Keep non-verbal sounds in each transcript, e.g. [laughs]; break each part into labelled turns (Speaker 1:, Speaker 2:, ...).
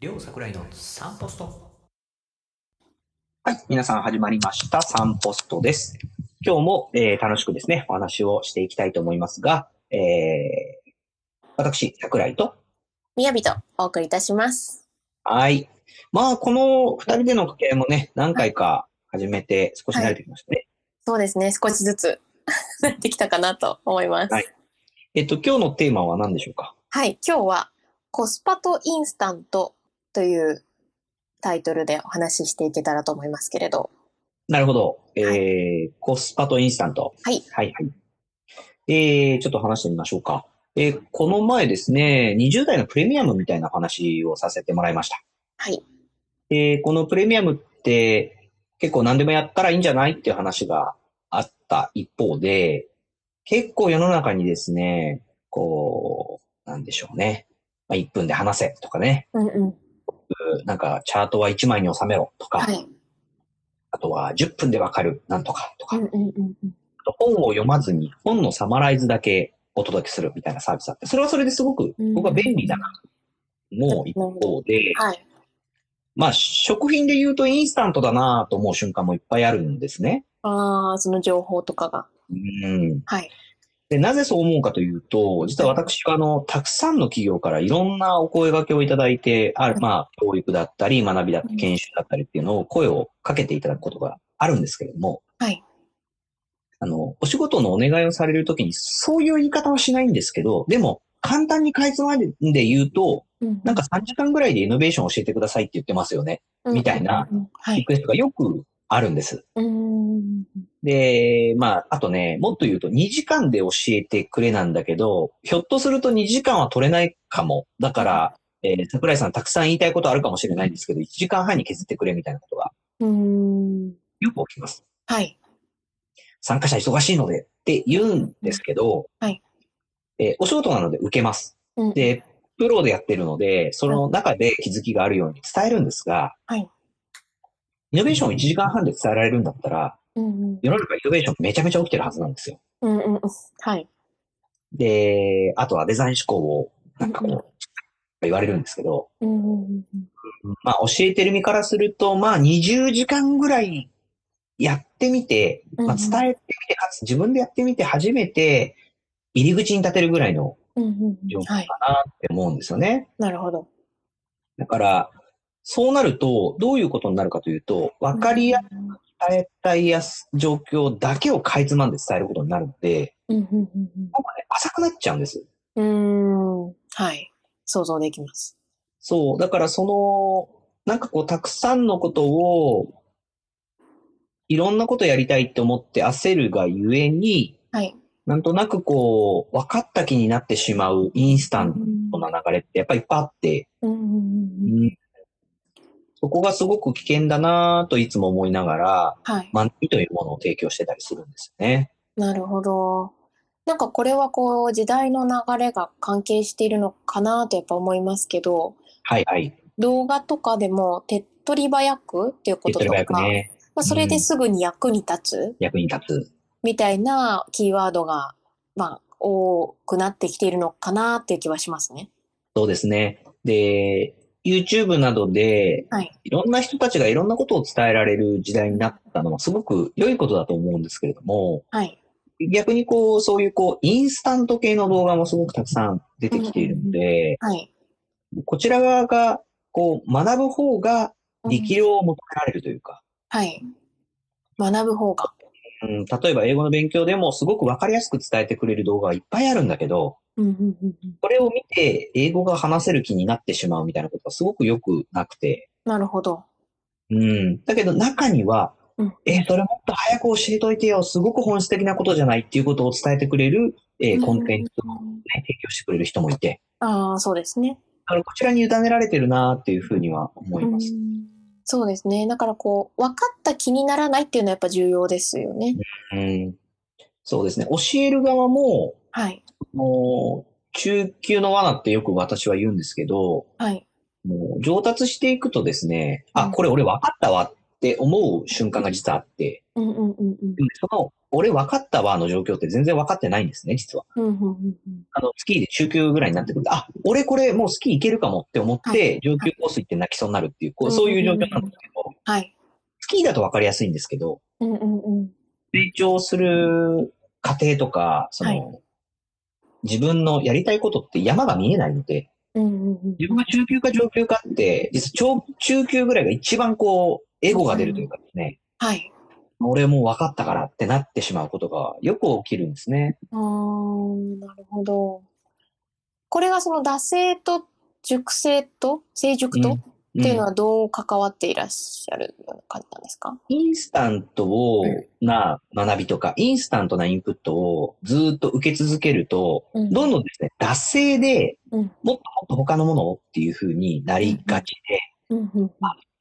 Speaker 1: りょう桜井の散歩スト。
Speaker 2: はい。皆さん始まりました。サンポストです。今日も、えー楽しくですね、お話をしていきたいと思いますが、えー、私、桜井と、
Speaker 3: みやびとお送りいたします。
Speaker 2: はい。まあ、この二人での掛け合いもね、何回か始めて少し慣れてきましたね。
Speaker 3: そうですね、少しずつ [laughs] なってきたかなと思います。
Speaker 2: は
Speaker 3: はいい、
Speaker 2: えっと、今日のテーマは何でしょうか
Speaker 3: 今日はコスパとインスタントというタイトルでお話ししていけたらと思いますけれど、
Speaker 2: なるほど。えー
Speaker 3: は
Speaker 2: コスパとインスタント。
Speaker 3: はい。
Speaker 2: はいはい。えー、ちょっと話してみましょうか。えー、この前ですね、20代のプレミアムみたいな話をさせてもらいました。
Speaker 3: はい、
Speaker 2: えーこのプレミアムって結構何でもやったらいいんじゃないっていう話があった一方で、結構世の中にですね、こう、なんでしょうね。まあ、1分で話せとかね。
Speaker 3: うんうん、
Speaker 2: なんかチャートは1枚に収めろとか、
Speaker 3: はい、
Speaker 2: あとは10分でわかるなんとかと
Speaker 3: う
Speaker 2: か、
Speaker 3: んうんうんうん、
Speaker 2: 本を読まずに本のサマライズだけお届けするみたいなサービスあって、それはそれですごく僕は便利だな。もう一方で、
Speaker 3: はい、
Speaker 2: まあ食品で言うとインスタントだなと思う瞬間もいっぱいあるんですね。
Speaker 3: ああ、その情報とかが、
Speaker 2: うん。
Speaker 3: はい、
Speaker 2: で、なぜそう思うかというと、実は私は、あの、たくさんの企業からいろんなお声掛けをいただいて、ある、まあ、教育だったり、学びだったり、研修だったりっていうのを、声をかけていただくことがあるんですけれども、
Speaker 3: はい、
Speaker 2: あの、お仕事のお願いをされるときに、そういう言い方はしないんですけど、でも、簡単にかいつまんで言うと、
Speaker 3: うん
Speaker 2: なんか3時間ぐらいでイノベーションを教えてくださいって言ってますよね。みたいな、
Speaker 3: うんうんうんは
Speaker 2: リ
Speaker 3: い、
Speaker 2: クエストがよくあるんです。
Speaker 3: うん、
Speaker 2: で、まあ、あとね、もっと言うと2時間で教えてくれなんだけど、ひょっとすると2時間は取れないかも。だから、えー桜井さんたくさん言いたいことあるかもしれないんですけど、1時間半に削ってくれみたいなことが
Speaker 3: うん、
Speaker 2: よく起きます。
Speaker 3: はい、
Speaker 2: 参加者忙しいのでって言うんですけど、
Speaker 3: はい
Speaker 2: えーお仕事なので受けます。
Speaker 3: うん、
Speaker 2: で、プロでやってるので、その中で気づきがあるように伝えるんですが、
Speaker 3: はい
Speaker 2: イノベーションを1時間半で伝えられるんだったら、
Speaker 3: うん
Speaker 2: 世の中イノベーションめちゃめちゃ起きてるはずなんですよ。
Speaker 3: うん、うんうんうん、はい、
Speaker 2: で、あとはデザイン思考を、なんかこ
Speaker 3: うんう
Speaker 2: う、言われるんですけど、
Speaker 3: うんうんうんうん、
Speaker 2: まあ教えてる身からすると、まあ20時間ぐらいやってみて、まあ
Speaker 3: うんう
Speaker 2: 伝
Speaker 3: ん
Speaker 2: えてみて、かつ自分でやってみて初めて、入り口に立てるぐらいの
Speaker 3: うんうんう
Speaker 2: 状
Speaker 3: ん、
Speaker 2: 況
Speaker 3: はい、
Speaker 2: かなって思うんですよね。
Speaker 3: なるほど。
Speaker 2: だから、そうなると、どういうことになるかというと、わかりやすく伝えたいやす状況だけをかいつまんで伝えることになるので、
Speaker 3: うんうんうん
Speaker 2: なんかね、浅くなっちゃうんです。
Speaker 3: うん。うーん。はい。想像できます。
Speaker 2: そう。だからその、なんかこう、たくさんのことを、いろんなことやりたいって思って焦るがゆえに、
Speaker 3: はい。
Speaker 2: なんとなくこう、分かった気になってしまうインスタン
Speaker 3: うん
Speaker 2: トな流れってやっぱりいっぱいあって、
Speaker 3: うんうんうん。
Speaker 2: うんそこがすごく危険だなぁといつも思いながら、
Speaker 3: はい。
Speaker 2: 学びというものを提供してたりするんですよね。
Speaker 3: なるほど。なんかこれはこう時代の流れが関係しているのかなとやっぱ思いますけど、
Speaker 2: はいはい。
Speaker 3: 動画とかでも手っ取り早くっていうこ
Speaker 2: 手っ
Speaker 3: と
Speaker 2: 取
Speaker 3: と
Speaker 2: り
Speaker 3: か、
Speaker 2: 早くね、
Speaker 3: まあ、それですぐに役に立つ
Speaker 2: 役に立つ。
Speaker 3: みたいなキーワードが、まあ、多くなってきているのかなっていう気はしますね。
Speaker 2: そうですね。で、YouTube などで、
Speaker 3: はい。
Speaker 2: いろんな人たちがいろんなことを伝えられる時代になったのはすごく良いことだと思うんですけれども、
Speaker 3: はい。
Speaker 2: 逆にこう、そういうこう、インスタント系の動画もすごくたくさん出てきているので、
Speaker 3: はい。
Speaker 2: こちら側が、こう、学ぶ方が力量を求められるというか、
Speaker 3: はい。学ぶ方が。
Speaker 2: うん、例えば英語の勉強でもすごくわかりやすく伝えてくれる動画がいっぱいあるんだけど、
Speaker 3: うんうんうんうん
Speaker 2: これを見て英語が話せる気になってしまうみたいなことはすごく良くなくて、
Speaker 3: なるほど。
Speaker 2: うん。だけど中には、
Speaker 3: うん
Speaker 2: え、それもっと早く教えといてよ。すごく本質的なことじゃないっていうことを伝えてくれる、えーコンテンツを、ね
Speaker 3: うん
Speaker 2: 提供してくれる人もいて、
Speaker 3: ああ、そうですね。
Speaker 2: あのこちらに委ねられてるなっていうふうには思います。
Speaker 3: うんそうですね。だからこう、分かった気にならないっていうのはやっぱ重要ですよね。
Speaker 2: うん。そうですね。教える側も、
Speaker 3: はい。
Speaker 2: もう、中級の罠ってよく私は言うんですけど、
Speaker 3: はい。
Speaker 2: もう上達していくとですね、
Speaker 3: う
Speaker 2: あ、
Speaker 3: ん
Speaker 2: これ俺分かったわって思う瞬間が実はあって、
Speaker 3: うんうんうんうん。
Speaker 2: その俺分かったわの状況って全然分かってないんですね、実は。
Speaker 3: うんうんうんうん
Speaker 2: あの、スキーで中級ぐらいになってくると、あ、俺これもうスキー行けるかもって思っ
Speaker 3: は
Speaker 2: て、上級コース行って泣きそうになるっていう、こう、
Speaker 3: うん
Speaker 2: そういう状況なんですけど、
Speaker 3: はい。
Speaker 2: スキーだと分かりやすいんですけど、
Speaker 3: うんうんうん。
Speaker 2: 成長する過程とか、その、
Speaker 3: は
Speaker 2: 自分のやりたいことって山が見えないので、
Speaker 3: うんうんうん
Speaker 2: 自分が中級か上級かって、実は超中級ぐらいが一番こう、エゴが出るというかですね、
Speaker 3: はい。
Speaker 2: 俺もう分かったからってなってしまうことがよく起きるんですね。
Speaker 3: あー、なるほど。これがその惰性と熟成と成熟と、
Speaker 2: うん
Speaker 3: っていうの
Speaker 2: うん
Speaker 3: はどう関わっていらっしゃるような感じなんですか
Speaker 2: インスタントを
Speaker 1: うん
Speaker 2: な学びとか、インスタントなインプットをずーっと受け続けると、
Speaker 3: うん
Speaker 2: どんどんですね、惰性で
Speaker 3: うん
Speaker 2: もっともっと他のものをっていう風になりがちで、
Speaker 3: うんうん
Speaker 2: いっ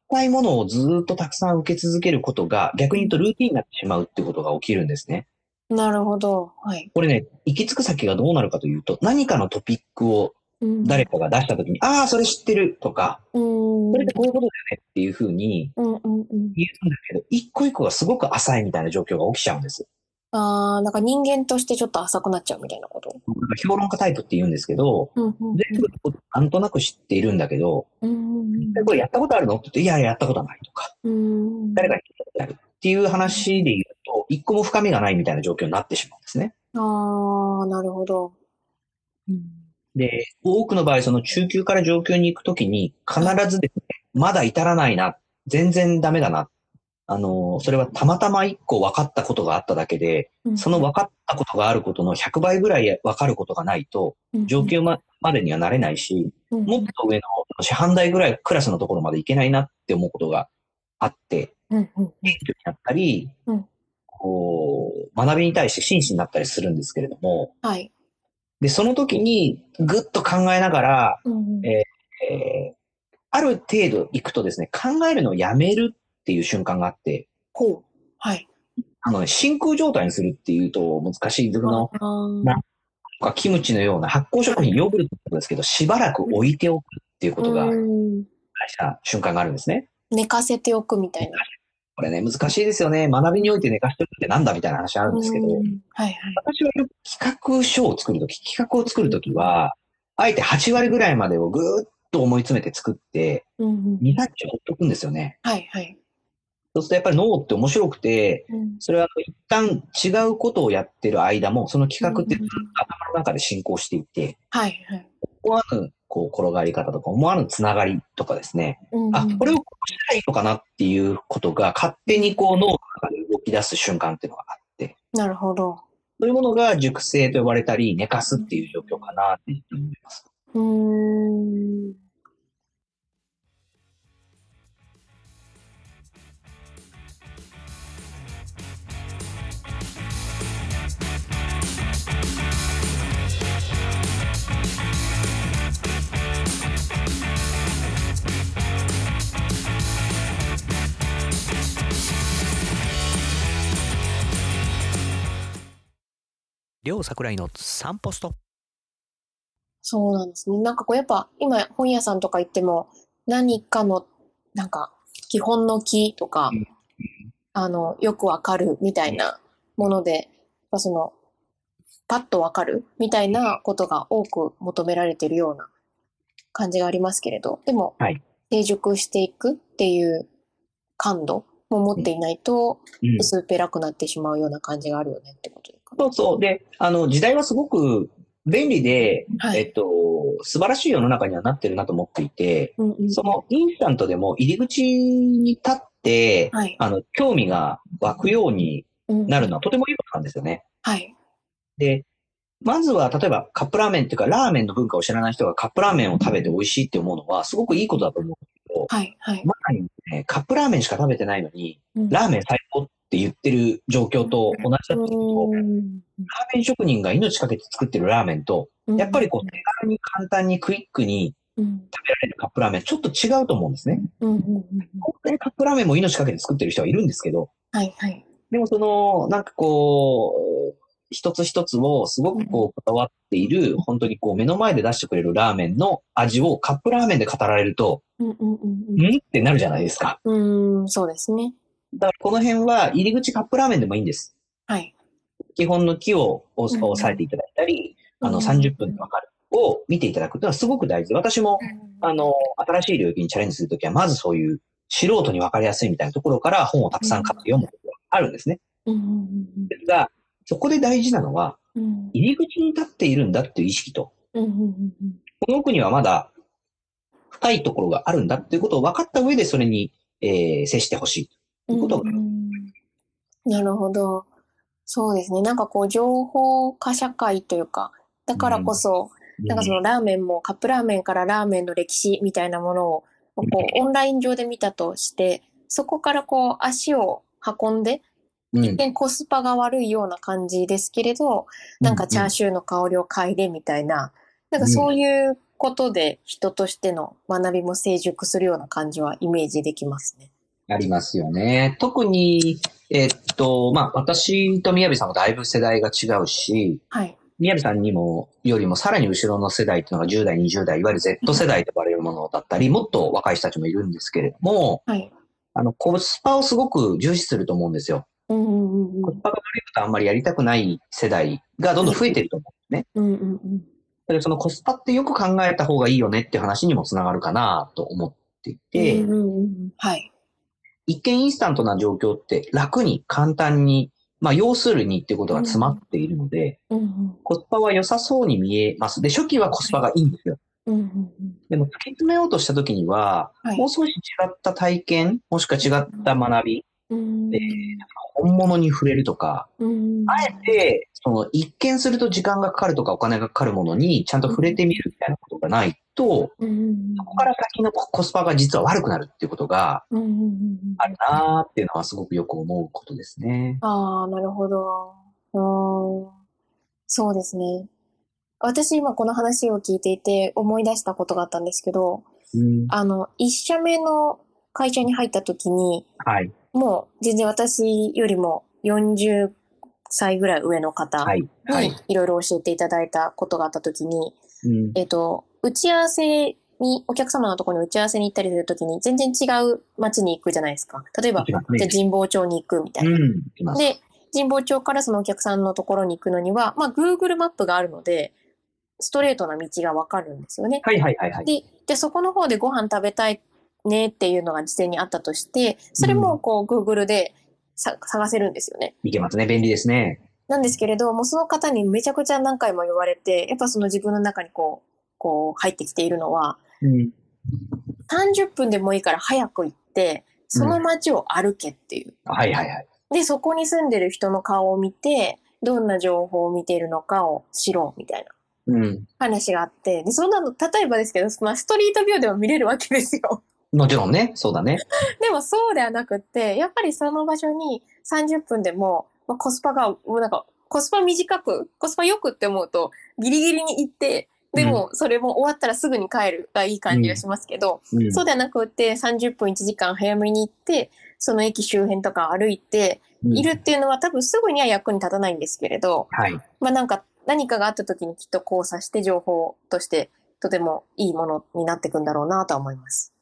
Speaker 2: ぱいものをずーっとたくさん受け続けることが逆に言うとルーティンになってしまうってことが起きるんですね。
Speaker 3: なるほど。はい。
Speaker 2: これね、行き着く先がどうなるかというと、何かのトピックを
Speaker 3: うん
Speaker 2: 誰かが出した時に、ああ、それ知ってるとか、
Speaker 3: うん。
Speaker 2: これってこういうことだよねっていう風に
Speaker 3: うんうんうん。
Speaker 2: 言うんだけど、一個一個がすごく浅いみたいな状況が起きちゃうんです。
Speaker 3: ああ、なんか人間としてちょっと浅くなっちゃうみたいなこと。
Speaker 2: なんか評論家タイプって言うんですけど、
Speaker 3: うんうん
Speaker 2: 全部のことなんとなく知っているんだけど、
Speaker 3: うん
Speaker 2: これやったことあるのって言って、いやいや、やったことはないとか、
Speaker 3: うん。
Speaker 2: 誰かに聞いたことあるっていう話で言うと、一個も深みがないみたいな状況になってしまうんですね。
Speaker 3: ああ、なるほど。うん
Speaker 2: で、多くの場合、その中級から上級に行くときに、必ずですね、まだ至らないな、全然ダメだな。あの、それはたまたま一個分かったことがあっただけで、その分かったことがあることの100倍ぐらい分かることがないと、上級ままでにはなれないし、
Speaker 3: うん
Speaker 2: もっと上の師範代ぐらいクラスのところまでいけないなって思うことがあって、
Speaker 3: うんうん
Speaker 2: 謙虚になったり
Speaker 3: うん、
Speaker 2: こう、学びに対して真摯になったりするんですけれども、
Speaker 3: はい。
Speaker 2: で、その時にぐっと考えながら、
Speaker 3: うん
Speaker 2: ええーある程度行くとですね、考えるのをやめるっていう瞬間があって、
Speaker 3: ほう。はい。
Speaker 2: あの、真空状態にするっていうと難しい。その、
Speaker 3: あー
Speaker 2: なキムチのような発酵食品、ヨーグルトですけど、しばらく置いておくっていうことが、
Speaker 3: うん
Speaker 2: した瞬間があるんですね。
Speaker 3: 寝かせておくみたいな。
Speaker 2: これね、難しいですよね。学びにおいて寝かしておくってなんだみたいな話あるんですけど、
Speaker 3: うんはいはい。
Speaker 2: 私はよく企画書を作るとき、企画を作るときは、あえて8割ぐらいまでをぐーっと思い詰めて作って、
Speaker 3: うんう
Speaker 2: 2、
Speaker 3: ん
Speaker 2: 3日ほっとくんですよね。
Speaker 3: はいはい。
Speaker 2: そうするとやっぱり脳って面白くて、
Speaker 3: うん
Speaker 2: それは一旦違うことをやってる間も、その企画って
Speaker 3: うんうんうん
Speaker 2: 頭の中で進行していって、
Speaker 3: はいはい。
Speaker 2: 思わぬこう転がり方とか、思わぬつながりとかですね、あ、これ
Speaker 3: を。
Speaker 2: をこうしたらいいのかなっていうことが勝手にこう脳の中で動き出す瞬間っていうのがあって、
Speaker 3: なるほど。
Speaker 2: そういうものが熟成と呼ばれたり、寝かすっていう状況かなって思います。
Speaker 3: うーん。
Speaker 1: りょうさくらいの散歩スト
Speaker 3: そうなんですね。なんかこうやっぱ今本屋さんとか行っても何かのなんか基本の木とか
Speaker 2: うん
Speaker 3: あのよくわかるみたいなもので、やっぱそのパッとわかるみたいなことが多く求められてるような感じがありますけれど、でも
Speaker 2: はい
Speaker 3: 成熟していくっていう感度も持っていないと
Speaker 2: うん
Speaker 3: 薄っぺらくなってしまうような感じがあるよねってことですかね。
Speaker 2: そうそう。で、あの、時代はすごく便利で、
Speaker 3: は
Speaker 2: え
Speaker 3: い。
Speaker 2: っと、素晴らしい世の中にはなってるなと思っていて、
Speaker 3: うんうん
Speaker 2: そのインスタントでも入り口に立って、
Speaker 3: はい。
Speaker 2: あの、興味が湧くように
Speaker 3: うん
Speaker 2: なるのはとてもいいことなんですよね。
Speaker 3: はい。
Speaker 2: で、まずは例えばカップラーメンっていうか、ラーメンの文化を知らない人がカップラーメンを食べて美味しいって思うのは、すごくいいことだと思うんですけど、
Speaker 3: はい。はい。
Speaker 2: まさにね、カップラーメンしか食べてないのに、
Speaker 3: うん
Speaker 2: ラーメン最高って言ってる状況と同じだと思うと、
Speaker 3: う
Speaker 2: ラー
Speaker 3: ん
Speaker 2: メン職人が命かけて作ってるラーメンと、やっぱりこう、手軽に簡単にクイックに
Speaker 3: うん、
Speaker 2: 食べられるカップラーメン、ちょっと違うと思うんですね。
Speaker 3: うん、うん、うん。
Speaker 2: 本当にカップラーメンも命かけて作ってる人はいるんですけど、
Speaker 3: はい、はい。
Speaker 2: でもその、なんかこう、一つ一つをすごくこうこだわっている、本当にこう目の前で出してくれるラーメンの味をカップラーメンで語られると、
Speaker 3: うん、うん、うん
Speaker 2: んってなるじゃないですか。
Speaker 3: うん。うーん、そうですね。
Speaker 2: だからこの辺は入り口カップラーメンでもいいんです。
Speaker 3: はい。
Speaker 2: 基本の木を
Speaker 3: う
Speaker 2: 押
Speaker 3: ん
Speaker 2: さ押さえていただいたり、あ
Speaker 3: う
Speaker 2: の、
Speaker 3: ん
Speaker 2: 30分でわかるを見ていただくのはすごく大事で、私も、あの、新しい領域にチャレンジするときは、まずそういう素人にわかりやすいみたいなところから本をたくさん買って読むことがあるんですね。
Speaker 3: うんうん
Speaker 2: ですが、そこで大事なのは、
Speaker 3: うんうん
Speaker 2: 入り口に立っているんだっていう意識と、
Speaker 3: うんうんうんうん
Speaker 2: この奥にはまだ深いところがあるんだっていうことを分かった上でそれに、えー接してほしいということが、
Speaker 3: うんなるほど。そうですね。なんかこう、情報化社会というか、だからこそ、なんかそのラーメンもカップラーメンからラーメンの歴史みたいなものを、こう、オンライン上で見たとして、そこからこう、足を運んで、
Speaker 2: うん
Speaker 3: 一見コスパが悪いような感じですけれど、なんかチャーシューの香りを嗅いでみたいな、なんかそういうことで人としての学びも成熟するような感じはイメージできますね。
Speaker 2: ありますよね。特に、えっと、まあ、私と宮部さんもだいぶ世代が違うし、
Speaker 3: はい。
Speaker 2: 宮部さんにも、よりもさらに後ろの世代っていうのが10代、20代、いわゆる Z 世代と呼ばれるものだったり、もっと若い人たちもいるんですけれども、
Speaker 3: はい。
Speaker 2: あの、コスパをすごく重視すると思うんですよ。
Speaker 3: うんうんうんう
Speaker 2: コ
Speaker 3: ん
Speaker 2: ス。パが悪いことはあんまりやりたくない世代がどんどん増えてると思う。
Speaker 3: うんうんうん。
Speaker 2: だからそのコスパってよく考えた方がいいよねっていう話にもつながるかなと思っていて、
Speaker 3: うんうんうん、はい。
Speaker 2: 一見インスタントな状況って楽に簡単に、まあ要するにっていうことが詰まっているので、
Speaker 3: うんうん
Speaker 2: コスパは良さそうに見えます。で、初期はコスパがいいんですよ。
Speaker 3: うんうんうん
Speaker 2: でも突き詰めようとした時には、
Speaker 3: はい
Speaker 2: もう少し違った体験、もしくは違った学び、
Speaker 3: うん
Speaker 2: えー本物に触れるとか、
Speaker 3: うん
Speaker 2: あえて、その一見すると時間がかかるとかお金がかかるものにちゃんと触れてみるみたいなことがないと、
Speaker 3: うんうん
Speaker 2: そこから先のコスパが実は悪くなるっていうことが
Speaker 3: うんうんうん
Speaker 2: あるなーっていうのはすごくよく思うことですね。
Speaker 3: ああ、なるほど。うーん。そうですね。私今この話を聞いていて思い出したことがあったんですけど、
Speaker 2: うん、
Speaker 3: あの、一社目の会社に入った時に、
Speaker 2: はい。
Speaker 3: もう全然私よりも40歳ぐらい上の方
Speaker 2: はい。は
Speaker 3: に
Speaker 2: い。
Speaker 3: いろいろ教えていただいたことがあった時に、
Speaker 2: うん
Speaker 3: えっと、打ち合わせに、お客様のところに打ち合わせに行ったりするときに、全然違う町に行くじゃないですか。例えば、
Speaker 2: 行き
Speaker 3: じゃ
Speaker 2: ますね
Speaker 3: あ神保町に行くみたいな。
Speaker 2: うん。いきます。
Speaker 3: で、神保町からそのお客さんのところに行くのには、まあ、Google マップがあるので、ストレートな道がわかるんですよね。
Speaker 2: はいはいはいはい。
Speaker 3: で、で、そこの方でご飯食べたいねっていうのが事前にあったとして、それもこう Google でさ探せるんですよね。
Speaker 2: いけますね。便利ですね。
Speaker 3: なんですけれど、もうその方にめちゃくちゃ何回も言われて、やっぱその自分の中にこう、こう入ってきているのは、
Speaker 2: うん。
Speaker 3: 30分でもいいから早く行って、その街を歩けっていう。
Speaker 2: はいはいはい。
Speaker 3: で、そこに住んでる人の顔を見て、どんな情報を見ているのかを知ろうみたいな
Speaker 2: うん。
Speaker 3: 話があって、で、そんなの、例えばですけど、まあ、ストリートビューでも見れるわけですよ。 [laughs]
Speaker 2: もちろんね。そうだね。
Speaker 3: でもそうではなくって、やっぱりその場所に30分でも、まあ、コスパが、もうなんか、コスパ短く、コスパよくって思うと、ギリギリに行って、でも、それも終わったらすぐに帰るがいい感じがしますけど、
Speaker 2: うん
Speaker 3: そうではなくって、30分1時間早めに行って、その駅周辺とか歩いて
Speaker 2: うん
Speaker 3: いるっていうのは多分すぐには役に立たないんですけれど、
Speaker 2: はい。
Speaker 3: まあなんか何かがあった時にきっと交差して情報としてとてもいいものになっていくんだろうなとは思います。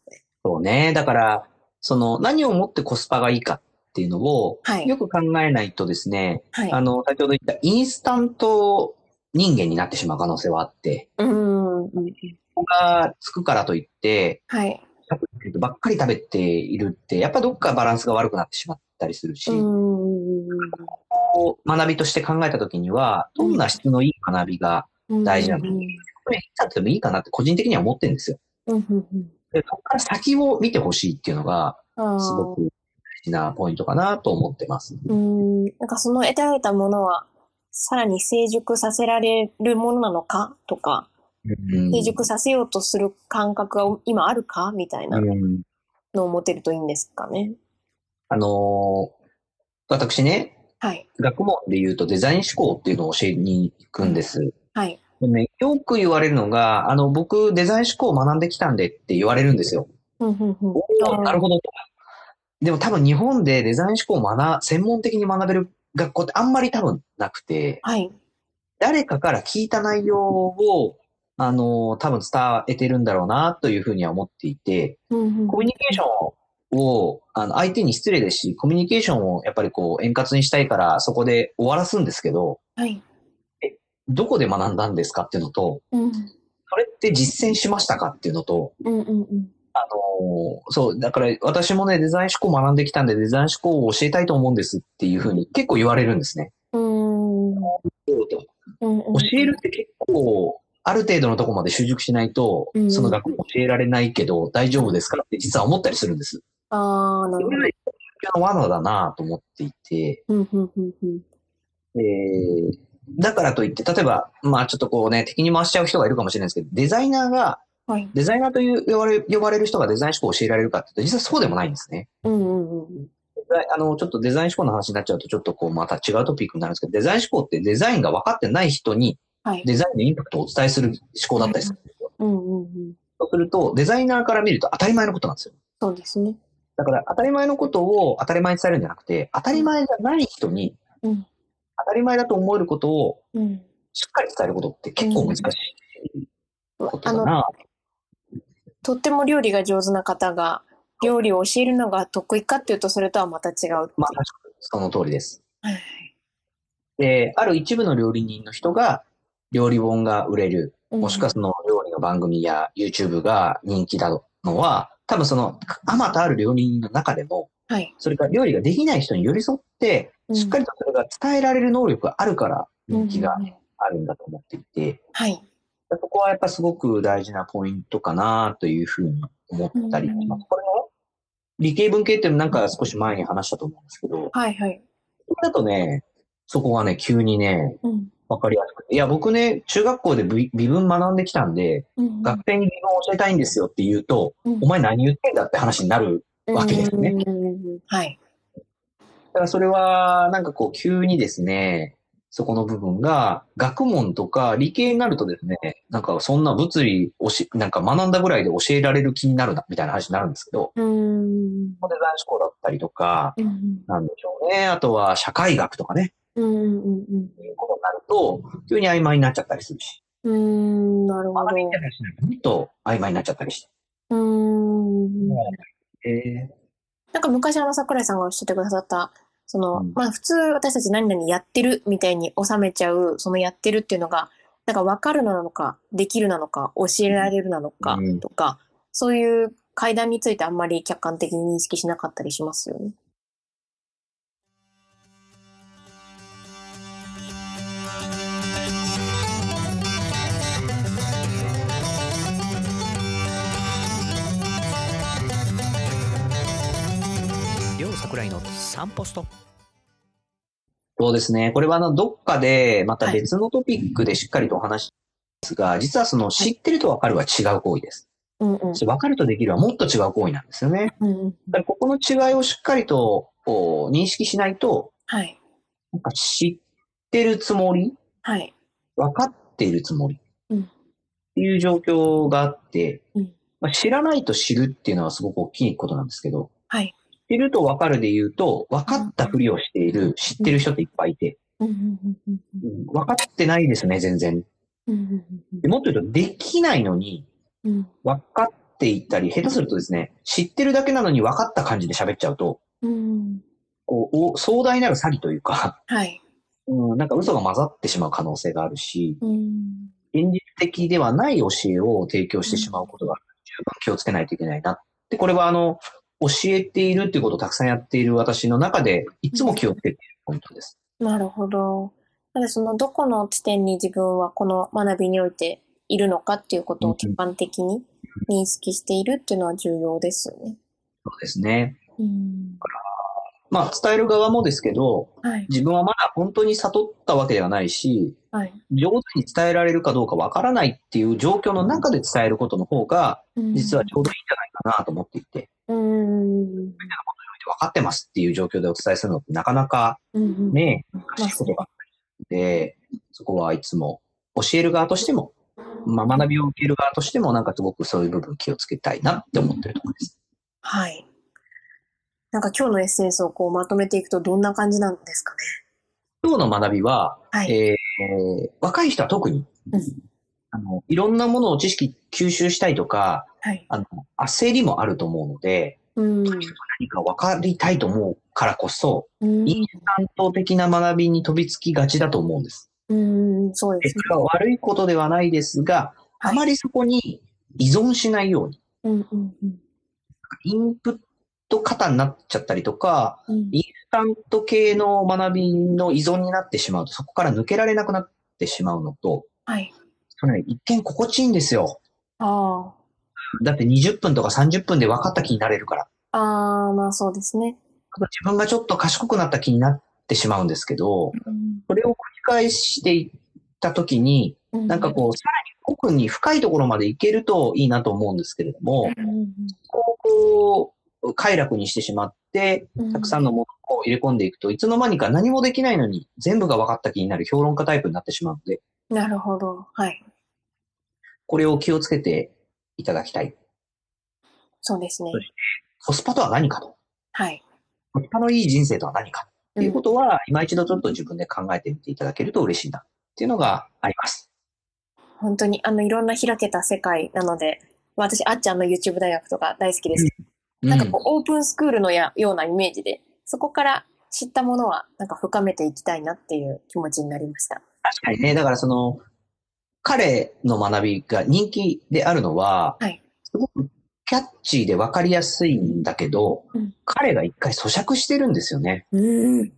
Speaker 2: そうね。だから、その、何をもってコスパがいいかっていうのを、
Speaker 3: はい
Speaker 2: よく考えないとですね、
Speaker 3: はい。
Speaker 2: あの、先ほど言ったインスタント人間になってしまう可能性はあって、
Speaker 3: うーん。うん
Speaker 2: ここがつくからといって、
Speaker 3: はい。
Speaker 2: ばっかり食べているって、やっぱどっかバランスが悪くなってしまったりするし、
Speaker 3: うー
Speaker 2: こ
Speaker 3: ん。
Speaker 2: こを学びとして考えたときには、どんな質のいい学びが、大事なの
Speaker 3: うん
Speaker 2: これ、いつあってもいいかなって個人的には思ってるんですよ。
Speaker 3: うんうん
Speaker 2: で、そこから先を見てほしいっていうのが、
Speaker 3: あー
Speaker 2: すごく大事なポイントかなと思ってます。
Speaker 3: うーん。なんかその得られたものは、さらに成熟させられるものなのかとか、
Speaker 2: うん
Speaker 3: 成熟させようとする感覚が今あるかみたいな
Speaker 2: うん
Speaker 3: のを持てるといいんですかね。
Speaker 2: あのー私ね、
Speaker 3: はい。
Speaker 2: 学問で言うとデザイン思考っていうのを教えに行くんです。
Speaker 3: はい。
Speaker 2: でね、よく言われるのが、あの、僕、デザイン思考を学んできたんでって言われるんですよ。
Speaker 3: うんうんうん
Speaker 2: おお、なるほど。でも多分日本でデザイン思考を学、専門的に学べる学校ってあんまり多分なくて、
Speaker 3: はい。
Speaker 2: 誰かから聞いた内容を、あの、多分伝えてるんだろうなというふうには思っていて、
Speaker 3: うんうん
Speaker 2: コミュニケーションをを、あの、相手に失礼ですし、コミュニケーションをやっぱりこう、円滑にしたいから、そこで終わらすんですけど、
Speaker 3: はい。
Speaker 2: どこで学んだんですかっていうのと、
Speaker 3: うん。
Speaker 2: それって実践しましたかっていうのと、
Speaker 3: うんうんうん。
Speaker 2: あのーそう、だから私もね、デザイン思考を学んできたんで、デザイン思考を教えたいと思うんですっていうふうに結構言われるんですね。
Speaker 3: うーん。うんうん、
Speaker 2: 教えるって結構、ある程度のとこまで習熟しないと
Speaker 3: う、ん
Speaker 2: その学校教えられないけど、大丈夫ですかって実は思ったりするんです。
Speaker 3: ああ、なる
Speaker 2: そ
Speaker 3: ほど
Speaker 2: れ。は一番の罠だなと思っていて、
Speaker 3: うんうんうんうん
Speaker 2: えーだからといって、例えば、まあちょっとこうね、敵に回しちゃう人がいるかもしれないですけど、デザイナーが、
Speaker 3: はい。
Speaker 2: デザイナーという呼ばれ呼ばれる人がデザイン思考を教えられるかっていうと、実はそうでもないんですね。
Speaker 3: うんうんうん
Speaker 2: デザインあの、ちょっとデザイン思考の話になっちゃうと、ちょっとこう、また違うトピックになるんですけど、デザイン思考ってデザインが分かってない人に、
Speaker 3: はい。
Speaker 2: デザインのインパクトをお伝えする思考だったりする。
Speaker 3: うんうんうん。
Speaker 2: そうすると、デザイナーから見ると当たり前のことなんですよ。
Speaker 3: そうですね。
Speaker 2: だから、当たり前のことを当たり前に伝えるんじゃなくて、当たり前じゃない人に、
Speaker 3: うん
Speaker 2: 当たり前だと思えることを
Speaker 3: うん。
Speaker 2: しっかり伝えることって結構難しいこと
Speaker 3: あ
Speaker 2: だ
Speaker 3: の、
Speaker 2: な。
Speaker 3: とっても料理が上手な方が、料理を教えるのが得意かっていうと、それとはまた違う。
Speaker 2: まあ、確かにその通りです。
Speaker 3: はい
Speaker 2: で、ある一部の料理人の人が、料理本が売れる。もしくはその料理の番組や YouTube が人気だのは、多分その、あまたある料理人の中でも、
Speaker 3: うんはい。
Speaker 2: それから料理ができない人に寄り添って、
Speaker 3: うん
Speaker 2: しっかりとそれが伝えられる能力があるから人気があるんだと思っていて、
Speaker 3: はい。
Speaker 2: そこはやっぱすごく大事なポイントかなというふうに思ったりします。これも理系文系ってなんか少し前に話したと思うんですけど、
Speaker 3: はいはい。
Speaker 2: これだとね、そこがね、急にね、
Speaker 3: うん。
Speaker 2: わかりやすくて。いや、僕ね、中学校で微微分学んできたんで、
Speaker 3: うん
Speaker 2: 学生に微分を教えたいんですよって言うと、
Speaker 3: うん
Speaker 2: お前何言ってんだって話になるわけですね
Speaker 3: うんうんうんうんはい。
Speaker 2: だからそれは、なんかこう、急にですね、そこの部分が、学問とか理系になるとですね、なんかそんな物理をし、なんか学んだぐらいで教えられる気になるな、みたいな話になるんですけど、
Speaker 3: うーん。
Speaker 2: デザイン思考だったりとか、
Speaker 3: うん
Speaker 2: なんでしょうね。あとは社会学とかね、
Speaker 3: うんうんう
Speaker 2: い
Speaker 3: ん
Speaker 2: うことになると、急に曖昧になっちゃったりするし、
Speaker 3: うん。うーん、なるほど。う
Speaker 2: ちょっと曖昧になっちゃったりして。
Speaker 3: ーん。
Speaker 2: え
Speaker 3: なんか昔あの桜井さんがおっしゃってくださった、その、
Speaker 2: うん
Speaker 3: まあ普通私たち何々やってるみたいに収めちゃう、そのやってるっていうのが、なんか分かるのなのか、できるなのか、教えられるなのか
Speaker 2: うん
Speaker 3: とか、そういう階段についてあんまり客観的に認識しなかったりしますよね。
Speaker 1: りょうさくらいの散歩スト
Speaker 2: そうですね。これはあの、どっかで、また別のトピックでしっかりとお話しますが、実はその、知ってるとわかるは違う行為です。
Speaker 3: うんうん。
Speaker 2: 分かるとできるはもっと違う行為なんですよね。
Speaker 3: うんうん、
Speaker 2: だからここの違いをしっかりとこう認識しないと、
Speaker 3: はい。
Speaker 2: なんか知ってるつもり、
Speaker 3: はい。
Speaker 2: 分かっているつもり
Speaker 3: うん
Speaker 2: っていう状況があって、
Speaker 3: うん
Speaker 2: まあ、知らないと知るっていうのはすごく大きいことなんですけど、
Speaker 3: はい。
Speaker 2: 知ると分かるで言うと、分かったふりをしている、知ってる人っていっぱいいて、
Speaker 3: うんうんうん
Speaker 2: うん分かってないですね、全然。
Speaker 3: うんうんうん
Speaker 2: でもっと言うと、できないのに、
Speaker 3: うんうん
Speaker 2: 分かっていったり、下手するとですね、知ってるだけなのに分かった感じで喋っちゃうと、
Speaker 3: うん
Speaker 2: こうお壮大なる詐欺というか、
Speaker 3: はい。
Speaker 2: うん、なんか嘘が混ざってしまう可能性があるし、
Speaker 3: うん
Speaker 2: 現実的ではない教えを提供してしまうことが十分気をつけないといけないな。で、これはあの、教えているっていうことをたくさんやっている私の中で、いつも気をつけているポイントです。
Speaker 3: なるほど。なので、その、どこの地点に自分はこの学びにおいているのかっていうこと
Speaker 2: うんう
Speaker 3: を
Speaker 2: ん
Speaker 3: 客観的に認識しているっていうのは重要ですよね。
Speaker 2: そうですね。
Speaker 3: うん。
Speaker 2: まあ、伝える側もですけど、
Speaker 3: はい。
Speaker 2: 自分はまだ本当に悟ったわけではないし、
Speaker 3: はい。
Speaker 2: 上手に伝えられるかどうかわからないっていう状況の中で伝えることの方が、実はちょうどいいんじゃないかなと思っていて、
Speaker 3: うん。
Speaker 2: 分かってますっていう状況でお伝えするのってなかなか
Speaker 3: うん。
Speaker 2: ね、
Speaker 3: まあ
Speaker 2: 難しいことがあったりで、そこはいつも教える側としても、まあ、学びを受ける側としても、なんかすごくそういう部分気をつけたいなって思ってるところです。
Speaker 3: はい。なんか今日のエッセンスをこうまとめていくとどんな感じなんですかね。
Speaker 2: 今日の学びは、
Speaker 3: はい。
Speaker 2: えー若い人は特に、
Speaker 3: うん
Speaker 2: あの、いろんなものを知識吸収したいとか、
Speaker 3: はい。
Speaker 2: あの、焦りもあると思うので、
Speaker 3: うん。
Speaker 2: 何か分かりたいと思うからこそ、
Speaker 3: うん
Speaker 2: インスタント的な学びに飛びつきがちだと思うんです。
Speaker 3: うん、そう
Speaker 2: で
Speaker 3: で
Speaker 2: すそれは悪いことではないですが、
Speaker 3: はい
Speaker 2: あまりそこに依存しないように、
Speaker 3: ね。うんうんうん
Speaker 2: インプット型になっちゃったりとか、
Speaker 3: うん
Speaker 2: インスタント系の学びの依存になってしまうと、そこから抜けられなくなってしまうのと、
Speaker 3: はい。
Speaker 2: それね一見心地いいんですよ。
Speaker 3: あ
Speaker 2: だって20分とか30分で分かった気になれるから。
Speaker 3: あ。ああ、まあそうですね。
Speaker 2: ただ自分がちょっと賢くなった気になってしまうんですけど、
Speaker 3: うん
Speaker 2: それを繰り返していったときに、なんかこう、さらに奥に深いところまで行けるといいなと思うんですけれども、
Speaker 3: うんうん
Speaker 2: ここをこう、快楽にしてしまって、
Speaker 3: うん、
Speaker 2: たくさ
Speaker 3: ん。
Speaker 2: んのものを入れ込んでいくと、いつの間にか何もできないのに、全部が分かった気になる評論家タイプになってしまうので、
Speaker 3: なるほど。はい。
Speaker 2: これを気をつけていただきたい。
Speaker 3: そうですね
Speaker 2: そ。コスパとは何かと。
Speaker 3: はい。
Speaker 2: コスパのいい人生とは何か。っていうことは、今一度ちょっと自分で考えてみていただけると嬉しいな。っていうのがあります。
Speaker 3: 本当に、あの、いろんな開けた世界なので、まあ私、あっちゃんの YouTube 大学とか大好きですけど、なんかこう、オープンスクールのやようなイメージで、そこから知ったものは、なんか深めていきたいなっていう気持ちになりました。
Speaker 2: 確かにね、だからその、彼の学びが人気であるのは、
Speaker 3: はい
Speaker 2: すごくキャッチーで分かりやすいんだけど、
Speaker 3: うん
Speaker 2: 彼が一回咀嚼してるんですよね。
Speaker 3: うん。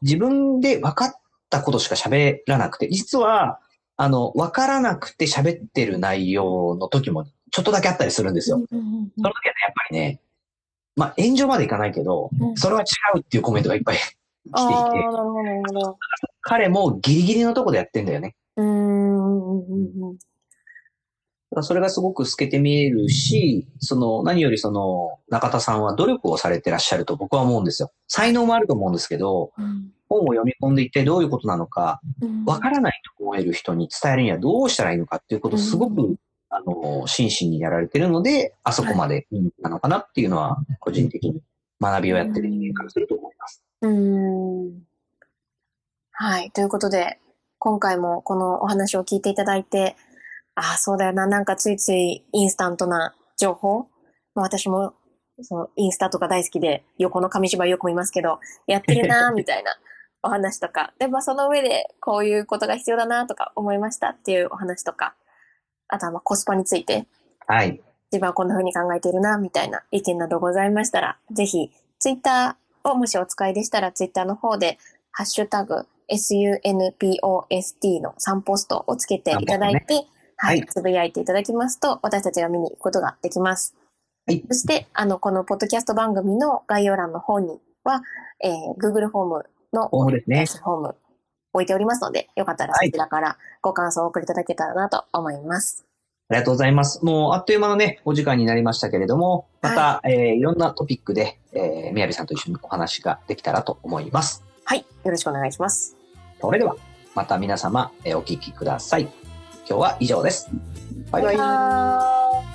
Speaker 2: 自分で分かったことしか喋らなくて、実は、あの、分からなくて喋ってる内容の時も、ちょっとだけあったりするんですよ。その時はね、やっぱりね、まあ、炎上までいかないけど、
Speaker 3: うん
Speaker 2: それは違うっていうコメントがいっぱい来てい
Speaker 3: ああ、
Speaker 2: て
Speaker 3: な、るほど、なるほど。
Speaker 2: 彼もギリギリのとこでやってんだよね。
Speaker 3: うーんうんうんうん。
Speaker 2: だからそれがすごく透けて見えるし、その、何よりその、中田さんは努力をされてらっしゃると僕は思うんですよ。才能もあると思うんですけど、本を読み込んで一体どういうことなのか、
Speaker 3: うん
Speaker 2: わからないとこを得る人に伝えるにはどうしたらいいのかっていうことをすごく、
Speaker 3: うん
Speaker 2: あの、真摯にやられてるので、あそこまでなのかなっていうのは、個人的に学びをやってる人間からすると思います。
Speaker 3: うーん。はい。ということで、今回もこのお話を聞いていただいて、ああ、そうだよな。なんかついついインスタントな情報。まあ私も、そのインスタとか大好きで、横の紙芝居よく見ますけど、やってるな、みたいなお話とか。で、まあその上で、こういうことが必要だな、とか思いましたっていうお話とか。あとはまあコスパについて、
Speaker 2: はい。
Speaker 3: 自分はこんな風に考えているな、みたいな意見などございましたら、ぜひ、ツイッターをもしお使いでしたら、ツイッターの方で、ハッシュタグ、sunpost の3ポストをつけていただいて、はい、
Speaker 2: はい
Speaker 3: つぶやいていただきますと、私たちが見に行くことができます。
Speaker 2: はい
Speaker 3: そして、あの、このポッドキャスト番組の概要欄の方には、えー Google フォームの
Speaker 2: そうですね。
Speaker 3: フォーム置いておりますので、よかったらそちらからご感想をお送りいただけたらなと思います。
Speaker 2: ありがとうございます。もうあっという間のね、お時間になりましたけれども、また、い、えーいろんなトピックで、えー、みやびさんと一緒にお話ができたらと思います。
Speaker 3: はい、よろしくお願いします。
Speaker 2: それでは、また皆様、えーお聞きください。今日は以上です。バイバイ。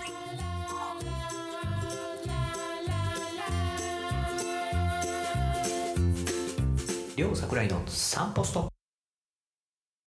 Speaker 1: りょうさくらいの散歩スト